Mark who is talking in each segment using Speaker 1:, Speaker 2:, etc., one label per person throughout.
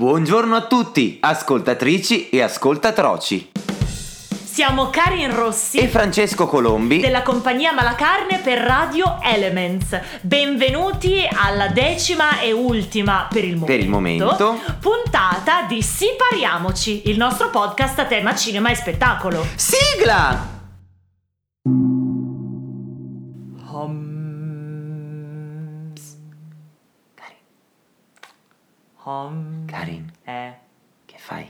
Speaker 1: Buongiorno a tutti, ascoltatrici e ascoltatroci.
Speaker 2: Siamo Karin Rossi
Speaker 1: E Francesco Colombi.
Speaker 2: della compagnia Malacarne per Radio Elements. Benvenuti alla decima e ultima per il momento,
Speaker 1: Per il momento.
Speaker 2: puntata di Sipariamoci, il nostro podcast a tema cinema e spettacolo.
Speaker 1: Sigla!
Speaker 2: Homs. Karin. Homs.
Speaker 1: Karin,
Speaker 2: Eh.
Speaker 1: che fai?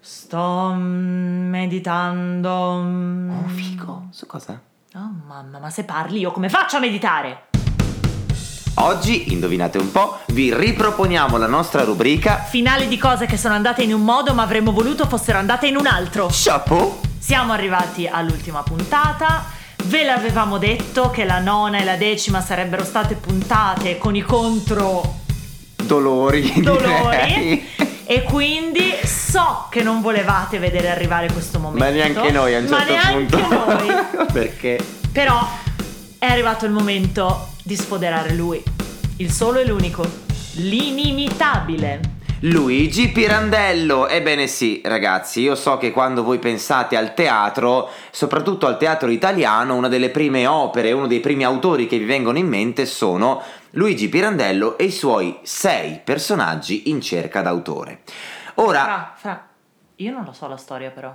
Speaker 2: Sto meditando.
Speaker 1: Oh, figo. Su cosa?
Speaker 2: Oh mamma, ma se parli io come faccio a meditare?
Speaker 1: Oggi, indovinate un po', vi riproponiamo la nostra rubrica
Speaker 2: Finale di cose che sono andate in un modo ma avremmo voluto fossero andate in un altro.
Speaker 1: Chapeau.
Speaker 2: Siamo arrivati all'ultima puntata. Ve l'avevamo detto che la nona e la decima sarebbero state puntate con i contro
Speaker 1: Dolori.
Speaker 2: dolori.
Speaker 1: direi.
Speaker 2: e quindi so che non volevate vedere arrivare questo momento.
Speaker 1: Ma neanche noi a un
Speaker 2: Ma
Speaker 1: certo
Speaker 2: neanche
Speaker 1: punto.
Speaker 2: noi.
Speaker 1: Perché?
Speaker 2: Però è arrivato il momento di sfoderare lui. Il solo e l'unico. L'inimitabile.
Speaker 1: Luigi Pirandello. Ebbene sì, ragazzi, io so che quando voi pensate al teatro, soprattutto al teatro italiano, una delle prime opere, uno dei primi autori che vi vengono in mente sono Luigi Pirandello e i suoi sei personaggi in cerca d'autore. Ora,
Speaker 2: Fra, fra. Io non lo so la storia però.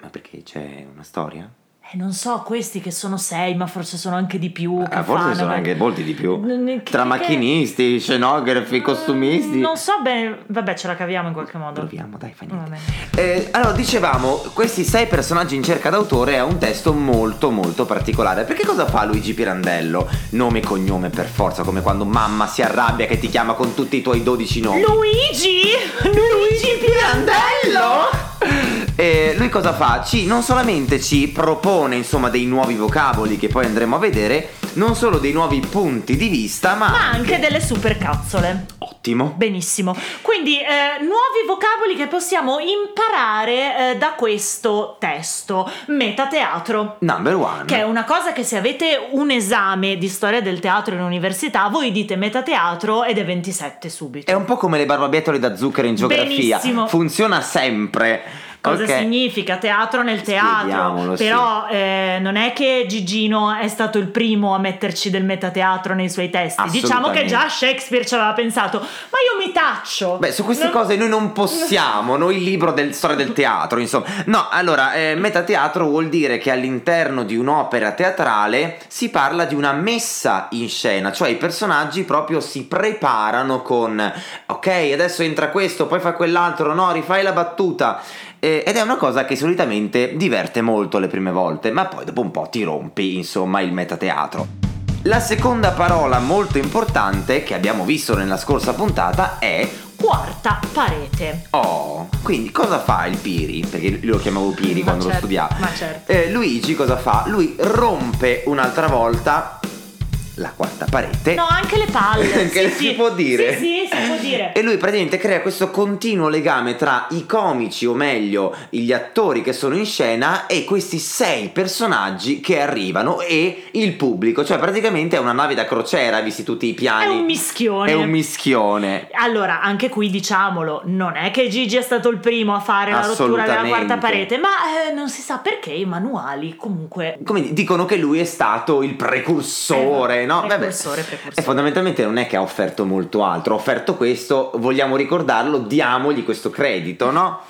Speaker 1: ma perché c'è una storia?
Speaker 2: Eh, non so, questi che sono sei, ma forse sono anche di più. Uh, che
Speaker 1: Ah, forse
Speaker 2: fanno,
Speaker 1: sono
Speaker 2: ma-
Speaker 1: anche molti di più.
Speaker 2: N- n- che-
Speaker 1: Tra
Speaker 2: che-
Speaker 1: macchinisti, scenografi,
Speaker 2: Mm,
Speaker 1: costumisti.
Speaker 2: Non so bene. Vabbè, ce la caviamo in qualche modo.
Speaker 1: Proviamo, dai, fa niente.
Speaker 2: Va bene.
Speaker 1: Eh, allora, dicevamo, questi sei personaggi in cerca d'autore è un testo molto molto particolare. Perché cosa fa Luigi Pirandello? Nome e cognome per forza, come quando mamma si arrabbia che ti chiama con tutti i tuoi 12 nomi.
Speaker 2: Luigi! Luigi Pirandello!
Speaker 1: Eh, lui cosa fa? Ci, non solamente ci propone insomma dei nuovi vocaboli che poi andremo a vedere, non solo dei nuovi punti di vista, ma,
Speaker 2: Ma anche delle super cazzole.
Speaker 1: Ottimo.
Speaker 2: Benissimo, quindi eh, nuovi vocaboli che possiamo imparare eh, da questo testo, metateatro.
Speaker 1: Number one.
Speaker 2: Che è una cosa che se avete un esame di storia del teatro in università, voi dite metateatro ed è 27 subito.
Speaker 1: È un po' come le barbabietole da zucchero in geografia.
Speaker 2: Benissimo.
Speaker 1: Funziona sempre.
Speaker 2: Cosa
Speaker 1: Ok.
Speaker 2: significa teatro nel teatro?
Speaker 1: Spieghiamolo, sì.
Speaker 2: Però eh, non è che Gigino è stato il primo a metterci del metateatro nei suoi testi. Diciamo che
Speaker 1: Assolutamente.
Speaker 2: già Shakespeare ci aveva pensato, ma io mi taccio.
Speaker 1: Beh, su queste
Speaker 2: Non-
Speaker 1: cose noi non possiamo, noi il libro del storia del teatro, insomma. No, allora, eh, metateatro vuol dire che all'interno di un'opera teatrale si parla di una messa in scena, cioè i personaggi proprio si preparano con ok, adesso entra questo, poi fa quell'altro, no, rifai la battuta. Eh, ed è una cosa che solitamente diverte molto le prime volte, ma poi dopo un po' ti rompi, insomma, il metateatro. La seconda parola molto importante che abbiamo visto nella scorsa puntata è
Speaker 2: Quarta parete.
Speaker 1: Oh, quindi cosa fa il Piri? Perché io lo chiamavo Piri
Speaker 2: Ma
Speaker 1: quando
Speaker 2: certo,
Speaker 1: lo studiavo.
Speaker 2: Ma certo.
Speaker 1: Eh, Luigi cosa fa? Lui rompe un'altra volta la quarta parete.
Speaker 2: No, anche le palle.
Speaker 1: Anche
Speaker 2: sì,
Speaker 1: si
Speaker 2: sì.
Speaker 1: può dire.
Speaker 2: Sì, sì, si può dire.
Speaker 1: E lui praticamente crea questo continuo legame tra i comici, o meglio, gli attori che sono in scena e questi sei personaggi che arrivano e il pubblico. Cioè, praticamente è una nave da crociera, visti tutti i piani.
Speaker 2: È un mischione.
Speaker 1: È un mischione.
Speaker 2: Allora, anche qui diciamolo, non è che Gigi è stato il primo a fare la rottura della
Speaker 1: Assolutamente.
Speaker 2: quarta parete, ma eh, non si sa perché i manuali comunque...
Speaker 1: Come di- dicono che lui è stato il precursore,
Speaker 2: Eh,
Speaker 1: no? Vabbè.
Speaker 2: Precursore,
Speaker 1: E
Speaker 2: precursore.
Speaker 1: fondamentalmente non è che ha offerto molto altro, ha offerto questo, vogliamo ricordarlo, diamogli questo credito, no?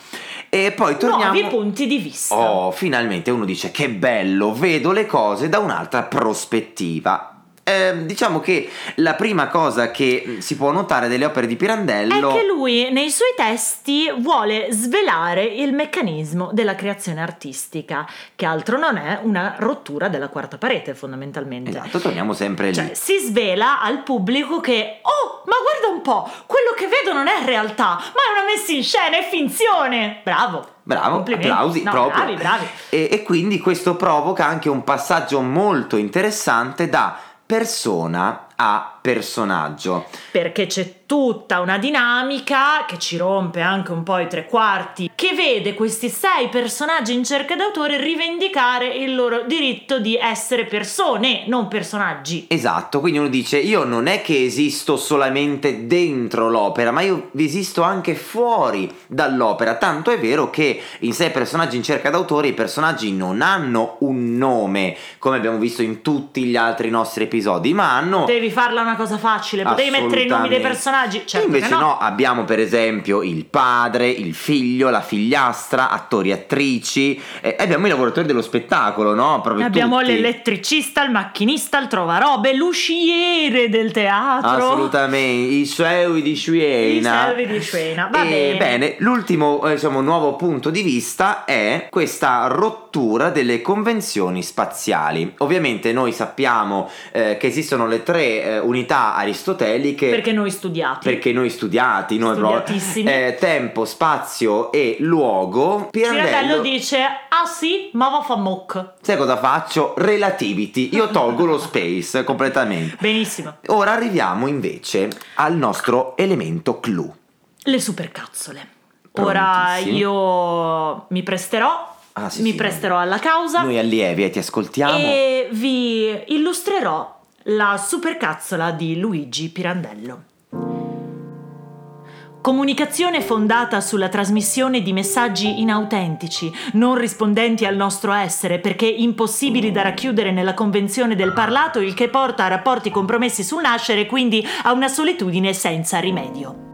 Speaker 1: E poi torniamo...
Speaker 2: Nuovi punti di vista.
Speaker 1: Oh, finalmente uno dice che bello, vedo le cose da un'altra prospettiva. Ehm, diciamo che la prima cosa che mm, si può notare delle opere di
Speaker 2: È
Speaker 1: Pirandello...
Speaker 2: che lui nei suoi testi vuole svelare il meccanismo della creazione artistica, che altro non è una rottura della quarta parete fondamentalmente.
Speaker 1: Esatto, torniamo sempre lì.
Speaker 2: Cioè, si svela al pubblico che, oh, ma guarda un po', quello che vedo non è realtà, ma è una messa in scena, è finzione. Bravo.
Speaker 1: Bravo,
Speaker 2: Complimenti.
Speaker 1: applausi,
Speaker 2: No,
Speaker 1: proprio.
Speaker 2: Bravi, bravi.
Speaker 1: E, e quindi questo provoca anche un passaggio molto interessante da persona a personaggio.
Speaker 2: perché c'è tutta una dinamica che ci rompe anche un po' i tre quarti, che vede questi sei personaggi in cerca d'autore rivendicare il loro diritto di essere persone, non personaggi.
Speaker 1: Esatto, quindi uno dice io non è che esisto solamente dentro l'opera, ma io esisto anche fuori dall'opera, tanto è vero che in sei personaggi in cerca d'autore i personaggi non hanno un nome, come abbiamo visto in tutti gli altri nostri episodi, ma hanno...
Speaker 2: Devi farla una cosa facile, potevi mettere i nomi dei
Speaker 1: Assolutamente.
Speaker 2: personaggi. Certo
Speaker 1: invece
Speaker 2: che
Speaker 1: no.
Speaker 2: no.
Speaker 1: abbiamo per esempio il padre, il figlio, la figliastra, attori e attrici, e abbiamo i lavoratori dello spettacolo, no? Proprio
Speaker 2: Abbiamo
Speaker 1: tutti.
Speaker 2: l'elettricista, il macchinista, il trovarobe, l'usciere del teatro.
Speaker 1: Assolutamente, i suoi di
Speaker 2: I
Speaker 1: Shuena.
Speaker 2: servi di Shuena. Va
Speaker 1: E
Speaker 2: bene.
Speaker 1: l'ultimo eh, diciamo, nuovo punto di vista è questa rottura delle convenzioni spaziali. Ovviamente noi sappiamo eh, che esistono le tre eh, unità aristoteliche
Speaker 2: Perché noi studiati.
Speaker 1: perché noi studiati, noi proprio-
Speaker 2: Studiatissimi.
Speaker 1: eh, tempo, spazio e luogo.
Speaker 2: Pirandello
Speaker 1: Pirandello,
Speaker 2: dice: Ah sì, ma va fa mock.
Speaker 1: sai cosa faccio? Relativity, io tolgo lo space completamente.
Speaker 2: Benissimo.
Speaker 1: Ora arriviamo invece al nostro elemento clou.
Speaker 2: Le supercazzole. Ora
Speaker 1: Prontissimi.
Speaker 2: io mi presterò,
Speaker 1: Ah, sì,
Speaker 2: mi
Speaker 1: sì,
Speaker 2: presterò alla causa
Speaker 1: Noi allievi eh, ti ascoltiamo.
Speaker 2: e vi illustrerò la supercazzola di Luigi Pirandello. Comunicazione fondata sulla trasmissione di messaggi inautentici, non rispondenti al nostro essere, perché impossibili da racchiudere nella convenzione del parlato, il che porta a rapporti compromessi sul nascere e quindi a una solitudine senza rimedio.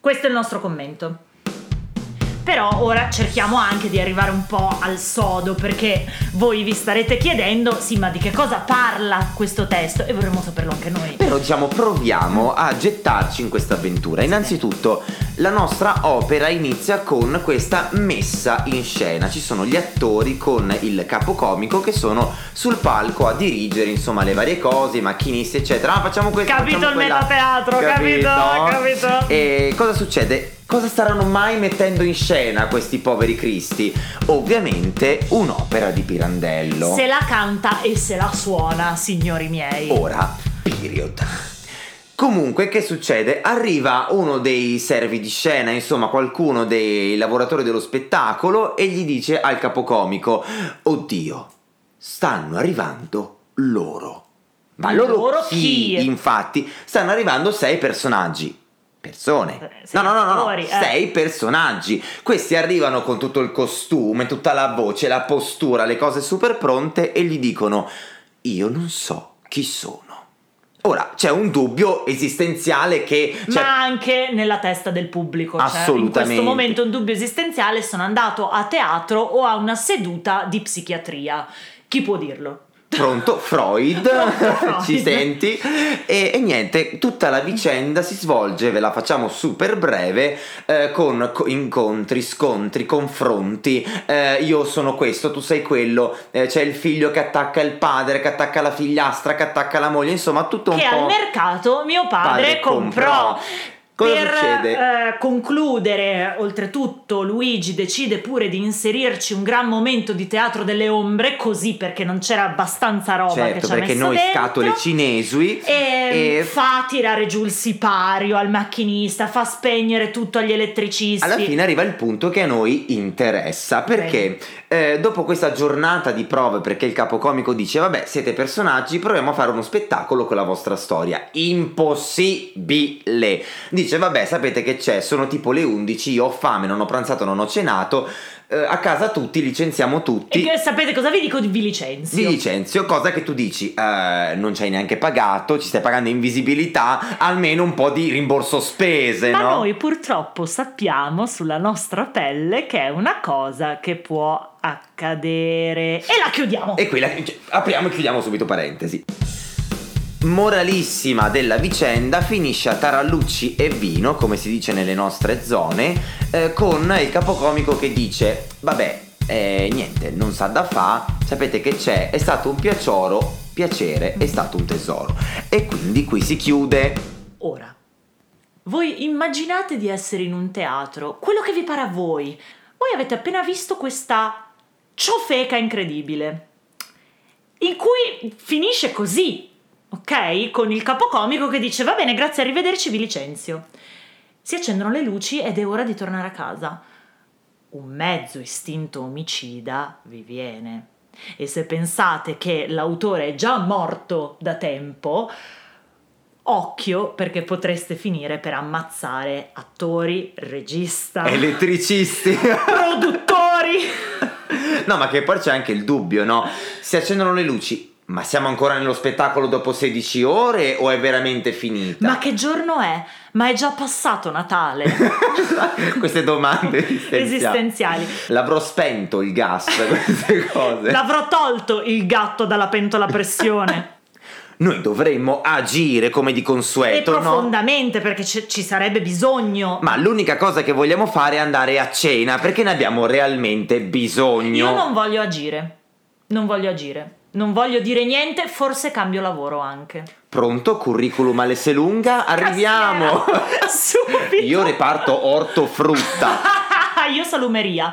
Speaker 2: Questo è il nostro commento. Però ora cerchiamo anche di arrivare un po' al sodo perché voi vi starete chiedendo, sì, ma di che cosa parla questo testo? E vorremmo saperlo anche noi.
Speaker 1: Però diciamo proviamo a gettarci in questa avventura. Innanzitutto la nostra opera inizia con questa messa in scena. Ci sono gli attori con il capocomico che sono sul palco a dirigere insomma le varie cose, i macchinisti eccetera. Ah facciamo questo.
Speaker 2: Capito
Speaker 1: facciamo
Speaker 2: il
Speaker 1: quella.
Speaker 2: metateatro, capito, capito.
Speaker 1: E cosa succede? Cosa staranno mai mettendo in scena questi poveri cristi? Ovviamente un'opera di Pirandello.
Speaker 2: Se la canta e se la suona, signori miei.
Speaker 1: Ora, period. Comunque, che succede? Arriva uno dei servi di scena, insomma qualcuno dei lavoratori dello spettacolo e gli dice al capocomico, oddio, stanno arrivando loro. Ma loro,
Speaker 2: Loro
Speaker 1: chi?
Speaker 2: chi?
Speaker 1: Infatti, stanno arrivando sei personaggi. Persone.
Speaker 2: Eh, sì,
Speaker 1: No, no, no, no, no.
Speaker 2: attori, eh.
Speaker 1: sei personaggi. Questi arrivano con tutto il costume, tutta la voce, la postura, le cose super pronte e gli dicono io non so chi sono. Ora c'è un dubbio esistenziale che cioè,
Speaker 2: ma anche nella testa del pubblico. cioè, in
Speaker 1: Assolutamente.
Speaker 2: questo momento un dubbio esistenziale, sono andato a teatro o a una seduta di psichiatria. Chi può dirlo?
Speaker 1: pronto Freud,
Speaker 2: Pronto, Freud.
Speaker 1: ci senti e, e niente, tutta la vicenda si svolge, ve la facciamo super breve eh, con co- incontri, scontri, confronti. eh, io sono questo, tu sei quello, eh, c'è il figlio che attacca il padre, che attacca la figliastra, che attacca la moglie, insomma, tutto un
Speaker 2: che
Speaker 1: po'
Speaker 2: al mercato mio padre, comprò.
Speaker 1: Cosa
Speaker 2: per
Speaker 1: succede?
Speaker 2: eh, concludere, oltretutto, Luigi decide pure di inserirci un gran momento di teatro delle ombre, così perché non c'era abbastanza roba che
Speaker 1: certo,
Speaker 2: ci ha
Speaker 1: perché
Speaker 2: messo
Speaker 1: noi
Speaker 2: dentro.
Speaker 1: scatole cinesui
Speaker 2: E,
Speaker 1: e
Speaker 2: fa tirare giù il sipario al macchinista, fa spegnere tutto agli elettricisti.
Speaker 1: Alla fine arriva il punto che a noi interessa perché eh, dopo questa giornata di prove, perché il capocomico dice: Vabbè, siete personaggi, proviamo a fare uno spettacolo con la vostra storia. Impossibile! Dice: Vabbè, sapete che c'è, sono tipo le 11, io ho fame, non ho pranzato, non ho cenato. eh, a casa tutti, licenziamo
Speaker 2: E
Speaker 1: tutti.
Speaker 2: che- sapete cosa vi dico? Vi licenzio.
Speaker 1: Di licenzio, cosa che tu dici, eh, non ci hai neanche pagato, ci stai pagando invisibilità, almeno un po' di rimborso spese,
Speaker 2: Ma
Speaker 1: no?
Speaker 2: noi purtroppo sappiamo sulla nostra pelle che è una cosa che può accadere. E la chiudiamo!
Speaker 1: E qui la- cioè, apriamo e chiudiamo subito parentesi. Moralissima della vicenda finisce a tarallucci e vino, come si dice nelle nostre zone, eh, con il capocomico che dice: Vabbè, eh, niente, non sa da fa, sapete che c'è, è stato un piacioro, piacere, è stato un tesoro. E quindi qui si chiude.
Speaker 2: Ora, voi immaginate di essere in un teatro, quello che vi pare a voi. Voi avete appena visto questa ciofeca incredibile, in cui finisce così, ok? Con il capocomico che dice va bene, grazie, arrivederci, vi licenzio. Si accendono le luci ed è ora di tornare a casa. Un mezzo istinto omicida vi viene. E se pensate che l'autore è già morto da tempo, occhio perché potreste finire per ammazzare attori, regista,
Speaker 1: Elettricisti.
Speaker 2: produttori.
Speaker 1: no, ma che poi c'è anche il dubbio, no? Si accendono le luci, ma siamo ancora nello spettacolo dopo 16 ore o è veramente finita?
Speaker 2: Ma che giorno è? Ma è già passato Natale.
Speaker 1: Queste domande esistenziali.
Speaker 2: Esistenziali.
Speaker 1: L'avrò spento il gas, queste cose.
Speaker 2: L'avrò tolto il gatto dalla pentola a pressione.
Speaker 1: Noi dovremmo agire come di
Speaker 2: e
Speaker 1: consueto, no?
Speaker 2: profondamente perché ci ci sarebbe bisogno.
Speaker 1: Eh, Ma l'unica cosa che vogliamo fare è andare a cena perché ne abbiamo realmente bisogno.
Speaker 2: Io non voglio agire. Non voglio agire. Non voglio dire niente, forse cambio lavoro anche.
Speaker 1: Pronto, curriculum all'esse lunga, arriviamo.
Speaker 2: Cassiera. Subito.
Speaker 1: Io reparto ortofrutta.
Speaker 2: Io salumeria.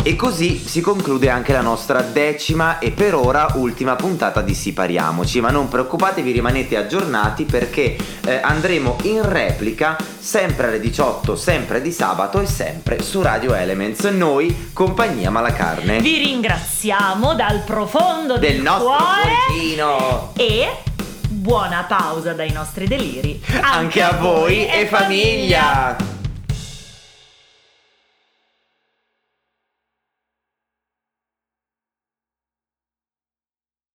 Speaker 1: E così si conclude anche la nostra decima e per ora ultima puntata di Sipariamoci, ma non preoccupatevi, rimanete aggiornati perché eh, andremo in replica sempre alle 18, sempre di sabato e sempre su Radio Elements, noi compagnia Malacarne
Speaker 2: Vi ringraziamo dal profondo del,
Speaker 1: del nostro
Speaker 2: cuore
Speaker 1: cuoricino.
Speaker 2: e buona pausa dai nostri deliri
Speaker 1: Anche a voi e famiglia.